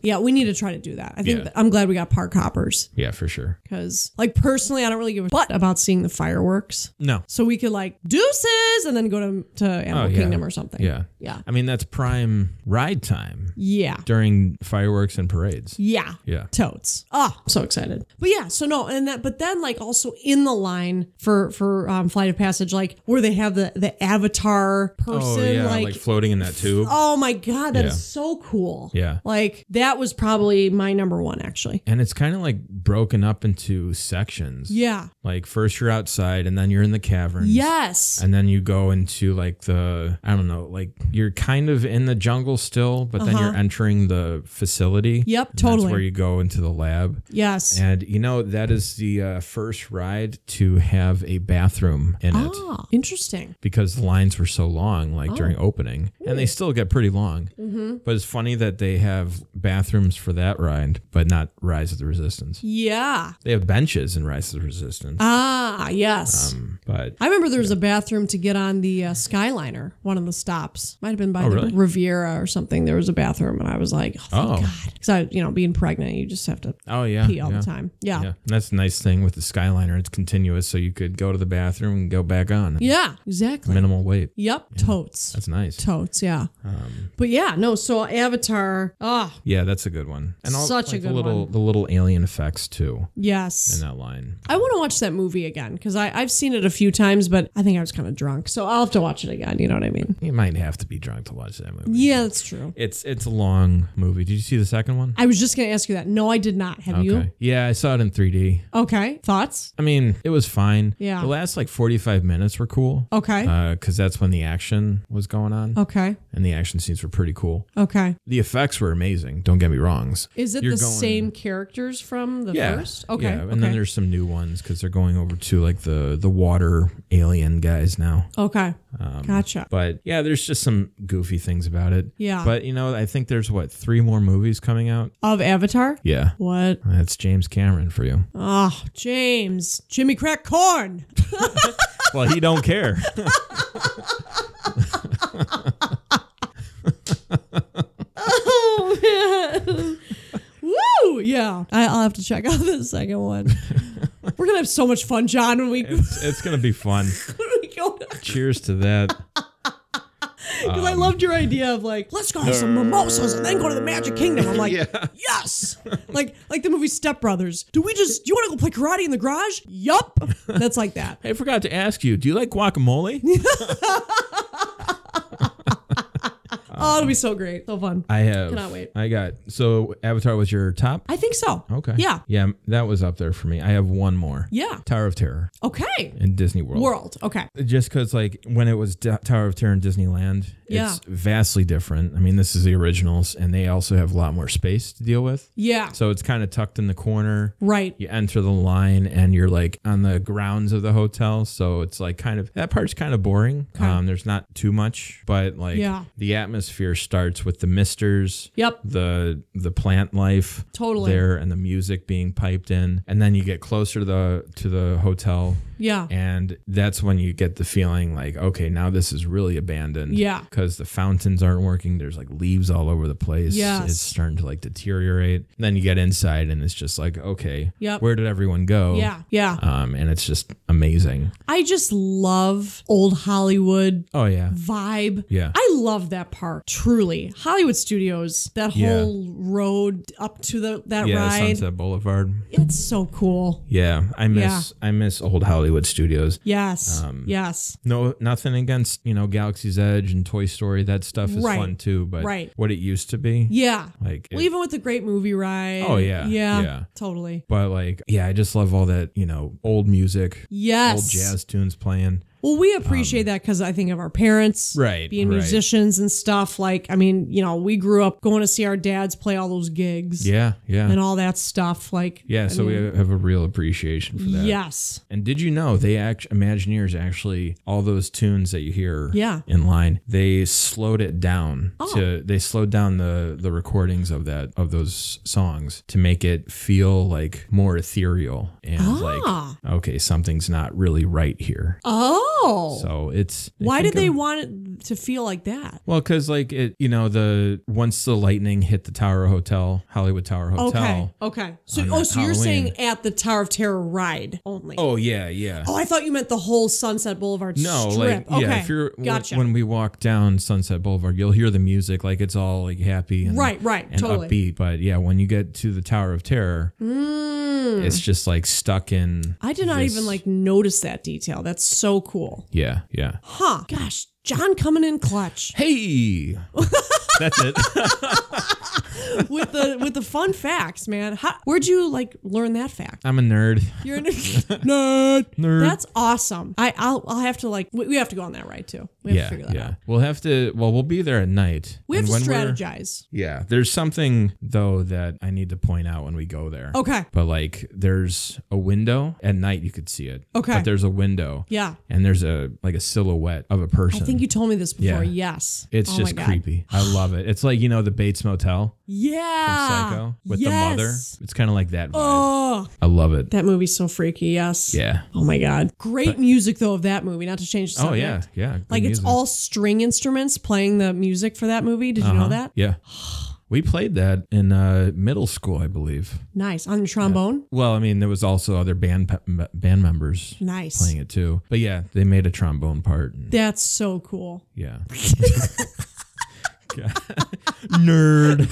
Speaker 4: Yeah, we need to try to do that. I think
Speaker 2: Yeah.
Speaker 4: that- I'm glad we got park hoppers
Speaker 2: Yeah, for sure.
Speaker 4: because, like, personally, I don't really give a butt about seeing the fireworks.
Speaker 2: No.
Speaker 4: So we could like deuces and then go to to Animal
Speaker 2: Oh, yeah.
Speaker 4: Kingdom or something.
Speaker 2: Yeah.
Speaker 4: Yeah.
Speaker 2: I mean, that's prime ride time
Speaker 4: Yeah.
Speaker 2: during fireworks and parades.
Speaker 4: Yeah.
Speaker 2: Yeah.
Speaker 4: Totes. Oh, I'm so excited. But yeah, so no, and that but then like also in the line for for um Flight of Passage, like where they have the the avatar person
Speaker 2: Oh yeah, like,
Speaker 4: like,
Speaker 2: floating in that tube.
Speaker 4: Oh my god, that is
Speaker 2: Yeah.
Speaker 4: so cool.
Speaker 2: Yeah.
Speaker 4: Like that was probably my number one actually.
Speaker 2: And it's kind of like broken up into sections.
Speaker 4: Yeah.
Speaker 2: Like first you're outside and then you're in the caverns.
Speaker 4: Yes.
Speaker 2: And then you go into like the I don't know, like you're kind of in the jungle still, but then you're entering the facility.
Speaker 4: Uh-huh. Yep,
Speaker 2: And
Speaker 4: totally.
Speaker 2: That's where you go into the lab.
Speaker 4: yes.
Speaker 2: And you know that is the uh, first ride to have a bathroom in it
Speaker 4: Ah, interesting.
Speaker 2: because the lines were so long, like during
Speaker 4: Oh.
Speaker 2: opening, and they still get pretty long.
Speaker 4: Mm-hmm.
Speaker 2: But it's funny that they have bathrooms for that ride, but not Rise of the Resistance.
Speaker 4: Yeah.
Speaker 2: They have benches in Rise of the Resistance,
Speaker 4: Ah, yes.
Speaker 2: but
Speaker 4: I remember there was a bathroom to get on the uh, Skyliner, one of the stops. Might have been by the
Speaker 2: Oh, really?
Speaker 4: Riviera or something. There was a bathroom, and I was like, oh, thank
Speaker 2: Oh.
Speaker 4: God. Because I, you know, being pregnant, you just have to
Speaker 2: oh yeah,
Speaker 4: pee all
Speaker 2: yeah.
Speaker 4: the time. Yeah.
Speaker 2: Yeah,
Speaker 4: yeah.
Speaker 2: and that's the nice thing with the Skyliner. It's continuous, so you could go to the bathroom and go back on.
Speaker 4: exactly.
Speaker 2: Minimal wait.
Speaker 4: Yep. Totes.
Speaker 2: That's Um, nice.
Speaker 4: Totes, yeah. but yeah, no, so Avatar. Ah,
Speaker 2: Yeah, that's a good one. And
Speaker 4: Such a
Speaker 2: like,
Speaker 4: good
Speaker 2: the little,
Speaker 4: one.
Speaker 2: The little alien effects too
Speaker 4: yes.
Speaker 2: in that line.
Speaker 4: I want to watch that movie again because I've seen it a few times, but I think I was kind of drunk. So I'll have to watch it again. You know what I mean?
Speaker 2: You might have to be drunk to watch that movie.
Speaker 4: Yeah, that's true.
Speaker 2: It's it's a long movie. Did you see the second one?
Speaker 4: I was just going to ask you that. No, I did not. Have you?
Speaker 2: Yeah, I saw it in 3D.
Speaker 4: Okay. Thoughts?
Speaker 2: I mean, it was fine.
Speaker 4: Yeah.
Speaker 2: The last like 45 minutes were cool.
Speaker 4: Okay. Oh.
Speaker 2: Because that's when the action was going on.
Speaker 4: okay.
Speaker 2: And the action scenes were pretty cool.
Speaker 4: Okay.
Speaker 2: The effects were amazing. Don't get me wrong.
Speaker 4: Is it
Speaker 2: You're
Speaker 4: the
Speaker 2: going-
Speaker 4: same characters from the
Speaker 2: Yeah.
Speaker 4: first? Okay.
Speaker 2: Yeah. And
Speaker 4: okay.
Speaker 2: then there's some new ones because they're going over to like the the water alien guys now.
Speaker 4: Okay. gotcha.
Speaker 2: um, But yeah, there's just some goofy things about it.
Speaker 4: Yeah.
Speaker 2: But you know, I think there's what three more movies coming out.
Speaker 4: Of Avatar?
Speaker 2: Yeah.
Speaker 4: What?
Speaker 2: That's James Cameron for you.
Speaker 4: Oh, James. Jimmy Crack Corn.
Speaker 2: Well, he don't care.
Speaker 4: Oh, man. Woo! Yeah. I, I'll have to check out the second one. We're going to have so much fun, John, when we, when
Speaker 2: It's, it's gonna be fun.
Speaker 4: we go. Because
Speaker 2: Cheers to that.
Speaker 4: I loved your idea of like, let's go have some mimosas and then go to the Magic Kingdom. I'm like, yes. Like, like the movie Step Brothers. Do we just, do you want to go play karate in the garage? Yup. That's like that.
Speaker 2: I forgot to ask you. Do you like guacamole?
Speaker 4: Oh, it'll be so great. So fun.
Speaker 2: I have.
Speaker 4: Cannot wait.
Speaker 2: I got. So Avatar was your top.
Speaker 4: I think so.
Speaker 2: Okay.
Speaker 4: Yeah.
Speaker 2: Yeah, that was up there for me. I have one more.
Speaker 4: Yeah.
Speaker 2: Tower of Terror
Speaker 4: Okay.
Speaker 2: in Disney World.
Speaker 4: World. Okay.
Speaker 2: Just because, like, when it was D- Tower of Terror in Disneyland,
Speaker 4: Yeah.
Speaker 2: it's vastly different. I mean, this is the originals, and they also have a lot more space to deal with.
Speaker 4: Yeah.
Speaker 2: So it's kind of tucked in the corner.
Speaker 4: right.
Speaker 2: you enter the line and you're like on the grounds of the hotel so it's like kind of that part's kind of boring um there's not too much but like
Speaker 4: Yeah.
Speaker 2: the atmosphere starts with the misters
Speaker 4: Yep.
Speaker 2: the the plant life
Speaker 4: Totally.
Speaker 2: there and the music being piped in and then you get closer to the to the hotel
Speaker 4: Yeah.
Speaker 2: and that's when you get the feeling like okay now this is really abandoned
Speaker 4: Yeah.
Speaker 2: because the fountains aren't working there's like leaves all over the place
Speaker 4: Yes.
Speaker 2: it's starting to like deteriorate and then you get inside and it's just like okay
Speaker 4: Yep.
Speaker 2: where did everyone go
Speaker 4: yeah. Yeah.
Speaker 2: um and it's just amazing
Speaker 4: I just love old Hollywood
Speaker 2: oh yeah
Speaker 4: vibe.
Speaker 2: Yeah.
Speaker 4: I love that park. Truly. Hollywood Studios, that
Speaker 2: Yeah.
Speaker 4: whole road up to the that
Speaker 2: yeah
Speaker 4: ride.
Speaker 2: sunset boulevard
Speaker 4: It's so cool.
Speaker 2: yeah i miss i miss old hollywood studios
Speaker 4: Yes.
Speaker 2: Um,
Speaker 4: yes.
Speaker 2: no nothing against you know galaxy's edge and toy story that stuff is
Speaker 4: Right.
Speaker 2: fun too but
Speaker 4: Right.
Speaker 2: what it used to be
Speaker 4: Yeah.
Speaker 2: like
Speaker 4: well,
Speaker 2: it-
Speaker 4: even with the great movie ride.
Speaker 2: Oh, yeah.
Speaker 4: Yeah.
Speaker 2: Yeah.
Speaker 4: Totally.
Speaker 2: But like, yeah, I just love all that, you know, old music,
Speaker 4: Yes.
Speaker 2: old jazz tunes playing.
Speaker 4: Well, we appreciate that 'cause that because I think of our parents,
Speaker 2: Um, Right,
Speaker 4: being
Speaker 2: right.
Speaker 4: musicians and stuff. Like, I mean, you know, we grew up going to see our dads play all those gigs,
Speaker 2: Yeah, yeah.
Speaker 4: and all that stuff. Like,
Speaker 2: yeah, so we have a real appreciation for that.
Speaker 4: yes,
Speaker 2: And did you know they act Imagineers actually all those tunes that you hear
Speaker 4: Yeah. Oh.
Speaker 2: in line, they slowed it down to they slowed down the the recordings of that of those songs to make it feel
Speaker 4: Ah.
Speaker 2: like more ethereal and like okay, something's not really right here.
Speaker 4: oh, Oh.
Speaker 2: So it's I
Speaker 4: Why did
Speaker 2: think
Speaker 4: they
Speaker 2: I'm-
Speaker 4: want it to feel like that?
Speaker 2: Well, because like it, you know, the once the lightning hit the Tower Hotel, Hollywood Tower Hotel.
Speaker 4: Okay. Okay. So,
Speaker 2: on
Speaker 4: oh,
Speaker 2: that
Speaker 4: so you're
Speaker 2: Halloween.
Speaker 4: saying at the Tower of Terror ride only?
Speaker 2: Oh yeah, yeah.
Speaker 4: Oh, I thought you meant the whole Sunset Boulevard
Speaker 2: no, like
Speaker 4: strip. okay.
Speaker 2: yeah. If you're w-
Speaker 4: gotcha.
Speaker 2: when we walk down Sunset Boulevard, you'll hear the music. Like it's all like happy and
Speaker 4: Right, right,
Speaker 2: and
Speaker 4: totally.
Speaker 2: upbeat. But yeah, when you get to the Tower of Terror, it's just like stuck in.
Speaker 4: Mm. I did not
Speaker 2: this-
Speaker 4: even like notice that detail. That's so cool.
Speaker 2: Yeah, yeah.
Speaker 4: Huh. Gosh, John coming in clutch
Speaker 2: Hey, that's it.
Speaker 4: with the with the fun facts, man. How, where'd you like learn that fact?
Speaker 2: I'm a nerd.
Speaker 4: You're an nerd.
Speaker 2: Nerd.
Speaker 4: That's awesome. I I'll, I'll have to like we, we have to go on that ride too. We have to
Speaker 2: yeah,
Speaker 4: figure that
Speaker 2: yeah.
Speaker 4: out.
Speaker 2: We'll have to. Well, we'll be there at night.
Speaker 4: We have
Speaker 2: And
Speaker 4: to
Speaker 2: when we're-
Speaker 4: strategize.
Speaker 2: Yeah, there's something though that I need to point out when we go there.
Speaker 4: Okay.
Speaker 2: But like, there's a window at night you could see it.
Speaker 4: Okay.
Speaker 2: But there's a window.
Speaker 4: Yeah.
Speaker 2: And there's a like a silhouette of a person.
Speaker 4: I think you told me this before.
Speaker 2: Yeah.
Speaker 4: Yes.
Speaker 2: It's
Speaker 4: Oh my
Speaker 2: just
Speaker 4: God.
Speaker 2: creepy. I love it. It's like you know the Bates Motel from
Speaker 4: Yeah.
Speaker 2: Psycho with
Speaker 4: Ah, yes.
Speaker 2: the mother. It's kind of like that vibe.
Speaker 4: Oh,
Speaker 2: I love it.
Speaker 4: that movie's so freaky. Yes.
Speaker 2: Yeah.
Speaker 4: Oh my God. Great music though of that movie. Not to change the
Speaker 2: Oh
Speaker 4: subject.
Speaker 2: yeah, yeah. good
Speaker 4: Like it's
Speaker 2: music.
Speaker 4: all string instruments playing the music for that movie. Did you know
Speaker 2: Uh-huh.
Speaker 4: that?
Speaker 2: Yeah. We played that in uh, middle school, I believe.
Speaker 4: Nice on the trombone.
Speaker 2: Well, I mean, there was also other band pe- m- band members
Speaker 4: Nice.
Speaker 2: playing it too. But yeah, they made a trombone part. And,
Speaker 4: That's so cool.
Speaker 2: yeah. Yeah. Nerd.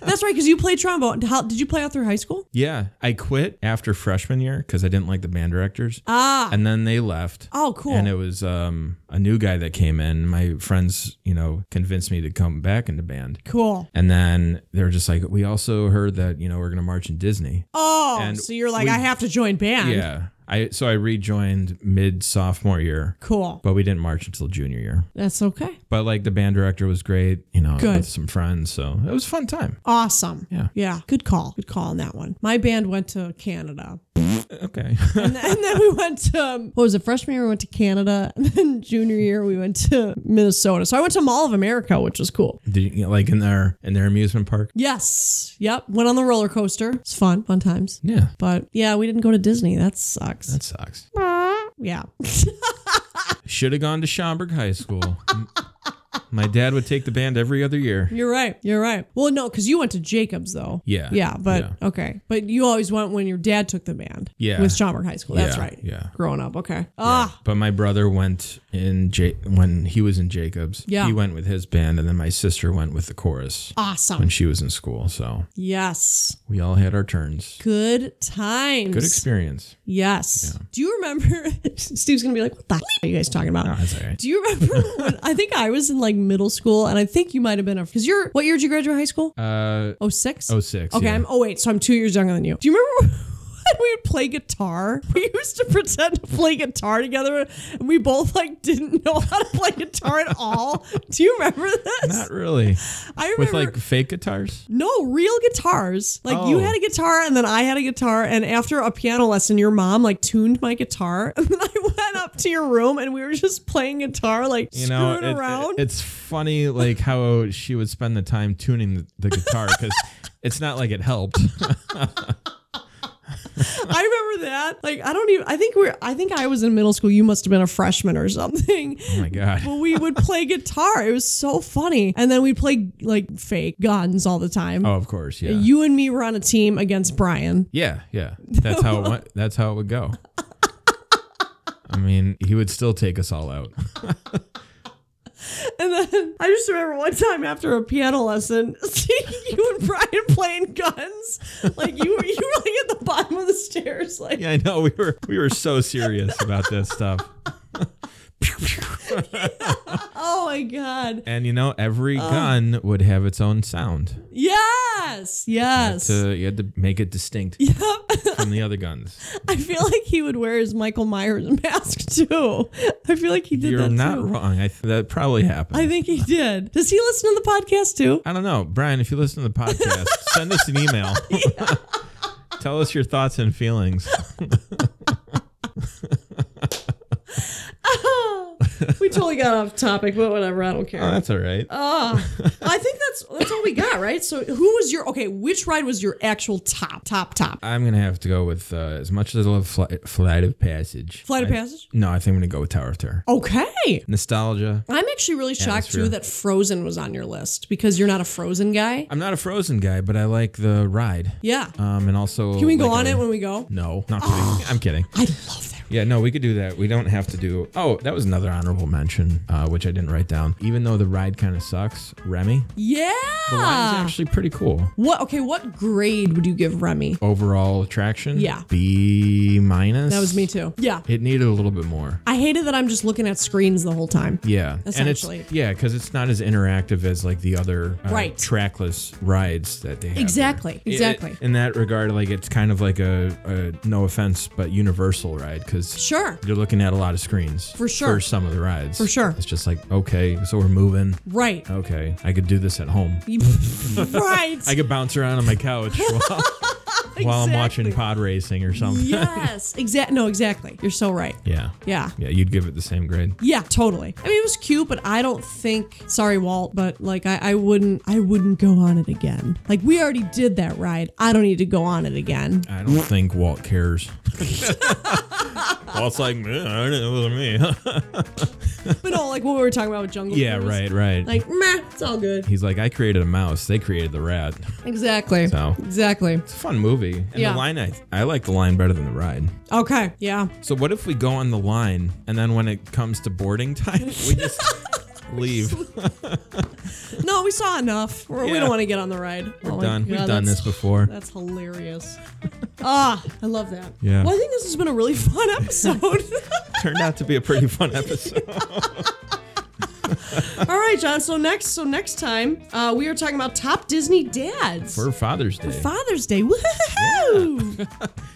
Speaker 4: That's right, because you played trombone. How, did you play out through high school?
Speaker 2: Yeah, I quit after freshman year because I didn't like the band directors.
Speaker 4: Ah.
Speaker 2: and then they left.
Speaker 4: Oh, cool.
Speaker 2: And it was um, a new guy that came in. My friends, you know, convinced me to come back into band.
Speaker 4: cool.
Speaker 2: And then they were just like, we also heard that you know we're gonna march in Disney.
Speaker 4: Oh,
Speaker 2: And
Speaker 4: so you're like,
Speaker 2: we-
Speaker 4: I have to join band.
Speaker 2: Yeah. I so I rejoined mid sophomore year,
Speaker 4: Cool.
Speaker 2: but we didn't march until junior year.
Speaker 4: That's okay.
Speaker 2: But like the band director was great, you know,
Speaker 4: Good.
Speaker 2: with some friends, so it was a fun time.
Speaker 4: Awesome.
Speaker 2: Yeah.
Speaker 4: Yeah. Good call. Good call on that one. My band went to Canada.
Speaker 2: Okay.
Speaker 4: And then, and then we went to, um, what was it, freshman year, we went to Canada. And then junior year, we went to Minnesota. So I went to Mall of America, which was cool.
Speaker 2: Did you, like in their in their amusement park?
Speaker 4: Yes. Yep. Went on the roller coaster. It's fun. Fun times.
Speaker 2: Yeah.
Speaker 4: But yeah, we didn't go to Disney. That sucks.
Speaker 2: That sucks.
Speaker 4: yeah.
Speaker 2: Should have gone to Schaumburg High School. M- My dad would take the band every other year.
Speaker 4: You're right. You're right. Well, no, because you went to Jacobs though.
Speaker 2: Yeah.
Speaker 4: Yeah, but
Speaker 2: Yeah.
Speaker 4: okay. But you always went when your dad took the band.
Speaker 2: Yeah.
Speaker 4: With Schaumburg High School. That's
Speaker 2: Yeah,
Speaker 4: right.
Speaker 2: yeah.
Speaker 4: Growing up. Okay. Ah.
Speaker 2: But my brother went in J- when he was in Jacobs.
Speaker 4: Yeah.
Speaker 2: He went with his band and then my sister went with the chorus
Speaker 4: Awesome.
Speaker 2: when she was in school. So
Speaker 4: Yes.
Speaker 2: we all had our turns.
Speaker 4: Good times.
Speaker 2: Good experience.
Speaker 4: Yes. Do you remember? Steve's gonna be like, "What the f- are you guys talking about?"
Speaker 2: that's all right.
Speaker 4: Do you remember when I think I was in like middle school, and I think you might have been a because you're what year did you graduate high school?
Speaker 2: Uh,
Speaker 4: Oh six.
Speaker 2: Oh, six,
Speaker 4: Okay,
Speaker 2: yeah.
Speaker 4: I'm oh wait, so I'm two years younger than you. Do you remember when we would play guitar? We used to pretend to play guitar together, and we both like didn't know how to play guitar at all. Do you remember this?
Speaker 2: not really.
Speaker 4: I
Speaker 2: With
Speaker 4: remember.
Speaker 2: like fake guitars?
Speaker 4: no real guitars. Like you
Speaker 2: Oh.
Speaker 4: had a guitar and then I had a guitar and after a piano lesson your mom like tuned my guitar and then I went up to your room and we were just playing guitar like
Speaker 2: You
Speaker 4: screwing
Speaker 2: know, it- it-
Speaker 4: around.
Speaker 2: it's funny like how she would spend the time tuning the, the guitar because it's not like it helped. Oh
Speaker 4: I remember that. Like I don't even. I think we're. I think I was in middle school. You must have been a freshman or something.
Speaker 2: Oh my god.
Speaker 4: But we would play guitar. It was so funny. And then we'd play like fake guns all the time.
Speaker 2: Oh, of course, yeah.
Speaker 4: You and me were on a team against Brian.
Speaker 2: yeah, yeah. That's how it went. That's how it would go. I mean, he would still take us all out.
Speaker 4: And then I just remember one time after a piano lesson, seeing you and Brian playing guns. Like you were you were like at the bottom of the stairs, like
Speaker 2: Yeah, I know. We were we were so serious about this stuff.
Speaker 4: oh my god.
Speaker 2: And you know, every
Speaker 4: Uh.
Speaker 2: gun would have its own sound.
Speaker 4: Yes. Yes.
Speaker 2: So you had to make it distinct from the other guns.
Speaker 4: I feel like he would wear his Michael Myers mask too. I feel like he did
Speaker 2: You're
Speaker 4: that
Speaker 2: not
Speaker 4: too.
Speaker 2: wrong. I th- that probably happened.
Speaker 4: I think he did. Does he listen to the podcast too?
Speaker 2: I don't know, Brian. If you listen to the podcast, send us an email. Tell us your thoughts and feelings.
Speaker 4: we totally got off topic, but whatever. I don't care.
Speaker 2: Oh, that's all right.
Speaker 4: I think that's that's all we got, right? So who was your okay? Which ride was your actual top, top, top?
Speaker 2: I'm gonna have to go with uh, as much as I love Fli- Flight of Passage.
Speaker 4: Flight of
Speaker 2: I-
Speaker 4: Passage?
Speaker 2: No, I think I'm gonna go with Tower of
Speaker 4: Oh.
Speaker 2: Terror.
Speaker 4: Okay,
Speaker 2: Nostalgia.
Speaker 4: I'm actually really shocked
Speaker 2: fair.
Speaker 4: too that Frozen was on your list because you're not a Frozen guy.
Speaker 2: I'm not a Frozen guy, but I like the ride.
Speaker 4: Yeah,
Speaker 2: Um, and also
Speaker 4: can we go
Speaker 2: like
Speaker 4: on
Speaker 2: a-
Speaker 4: it when we Oh. go?
Speaker 2: No, not kidding. I'm kidding.
Speaker 4: I love that.
Speaker 2: Yeah, no, we could do that. We don't have to do. Oh, that was another honorable mention, uh, which I didn't write down. Even though the ride kind of sucks, Remy,
Speaker 4: Yeah.
Speaker 2: the ride's actually pretty cool.
Speaker 4: What? Okay, what grade would you give Remy?
Speaker 2: Overall attraction,
Speaker 4: Yeah.
Speaker 2: B minus.
Speaker 4: That was me too. Yeah,
Speaker 2: It needed a little bit more.
Speaker 4: I hated that I'm just looking at screens the whole time.
Speaker 2: Yeah, and
Speaker 4: Essentially.
Speaker 2: it's yeah because it's not as interactive as like the other uh,
Speaker 4: Right.
Speaker 2: trackless rides that they have. there.
Speaker 4: Exactly,
Speaker 2: It-
Speaker 4: exactly.
Speaker 2: in that regard, like it's kind of like a, a no offense, but universal ride because
Speaker 4: Sure.
Speaker 2: you're looking at a lot of screens
Speaker 4: For sure.
Speaker 2: for some of the rides. For
Speaker 4: sure.
Speaker 2: it's just like okay, so we're moving.
Speaker 4: Right.
Speaker 2: Okay, I could do this at home.
Speaker 4: right.
Speaker 2: Oh. I could bounce around on my couch while, while I'm watching pod racing or something.
Speaker 4: yes. Exact. No. Exactly. You're so right.
Speaker 2: Yeah.
Speaker 4: Yeah.
Speaker 2: Yeah, you'd give it the same grade.
Speaker 4: Yeah, totally. I mean, it was cute, but I don't think. Sorry, Walt, but like, I, I wouldn't. I wouldn't go on it again. Like, we already did that ride. I don't need to go on it again.
Speaker 2: I don't think Walt cares. Walt's like, "Meh, I don't know, it wasn't me.
Speaker 4: But no, like what we were talking about with Jungle.
Speaker 2: yeah,
Speaker 4: Cruise.
Speaker 2: right, right.
Speaker 4: Like, meh, it's all good.
Speaker 2: He's like, I created a mouse. They created the rat.
Speaker 4: Exactly.
Speaker 2: So.
Speaker 4: Exactly.
Speaker 2: It's a fun movie. And
Speaker 4: Yeah.
Speaker 2: the line, I, I like the line better than the ride.
Speaker 4: Okay. Yeah.
Speaker 2: So what if we go on the line and then when it comes to boarding time, we just leave?
Speaker 4: Oh No, we saw enough. We're, We
Speaker 2: Yeah.
Speaker 4: don't want to get on the ride. We're
Speaker 2: done. We've done this before.
Speaker 4: That's hilarious. ah, I love that.
Speaker 2: Yeah.
Speaker 4: Well, I think this has been a really fun episode.
Speaker 2: Turned out to be a pretty fun episode.
Speaker 4: all right, John. So next, so next time, uh, we are talking about top Disney dads.
Speaker 2: For Father's Day.
Speaker 4: Father's Day. Woohoo!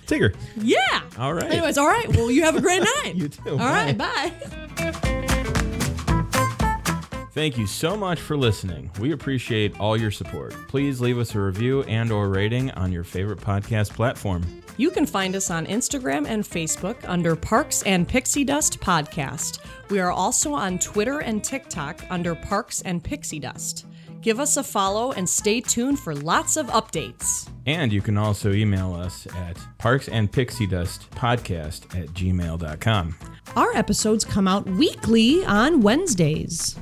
Speaker 2: Tigger.
Speaker 4: Yeah.
Speaker 2: All right.
Speaker 4: Anyways, all right. Well, you have a great night.
Speaker 2: You too.
Speaker 4: All right. Bye.
Speaker 2: Thank you so much for listening. We appreciate all your support. Please leave us a review and or rating on your favorite podcast platform.
Speaker 1: You can find us on Instagram and Facebook under Parks and Pixie Dust Podcast. We are also on Twitter and TikTok under Parks and Pixie Dust. Give us a follow and stay tuned for lots of updates.
Speaker 2: And you can also email us at parksandpixiedustpodcast at gmail.com.
Speaker 1: Our episodes come out weekly on Wednesdays.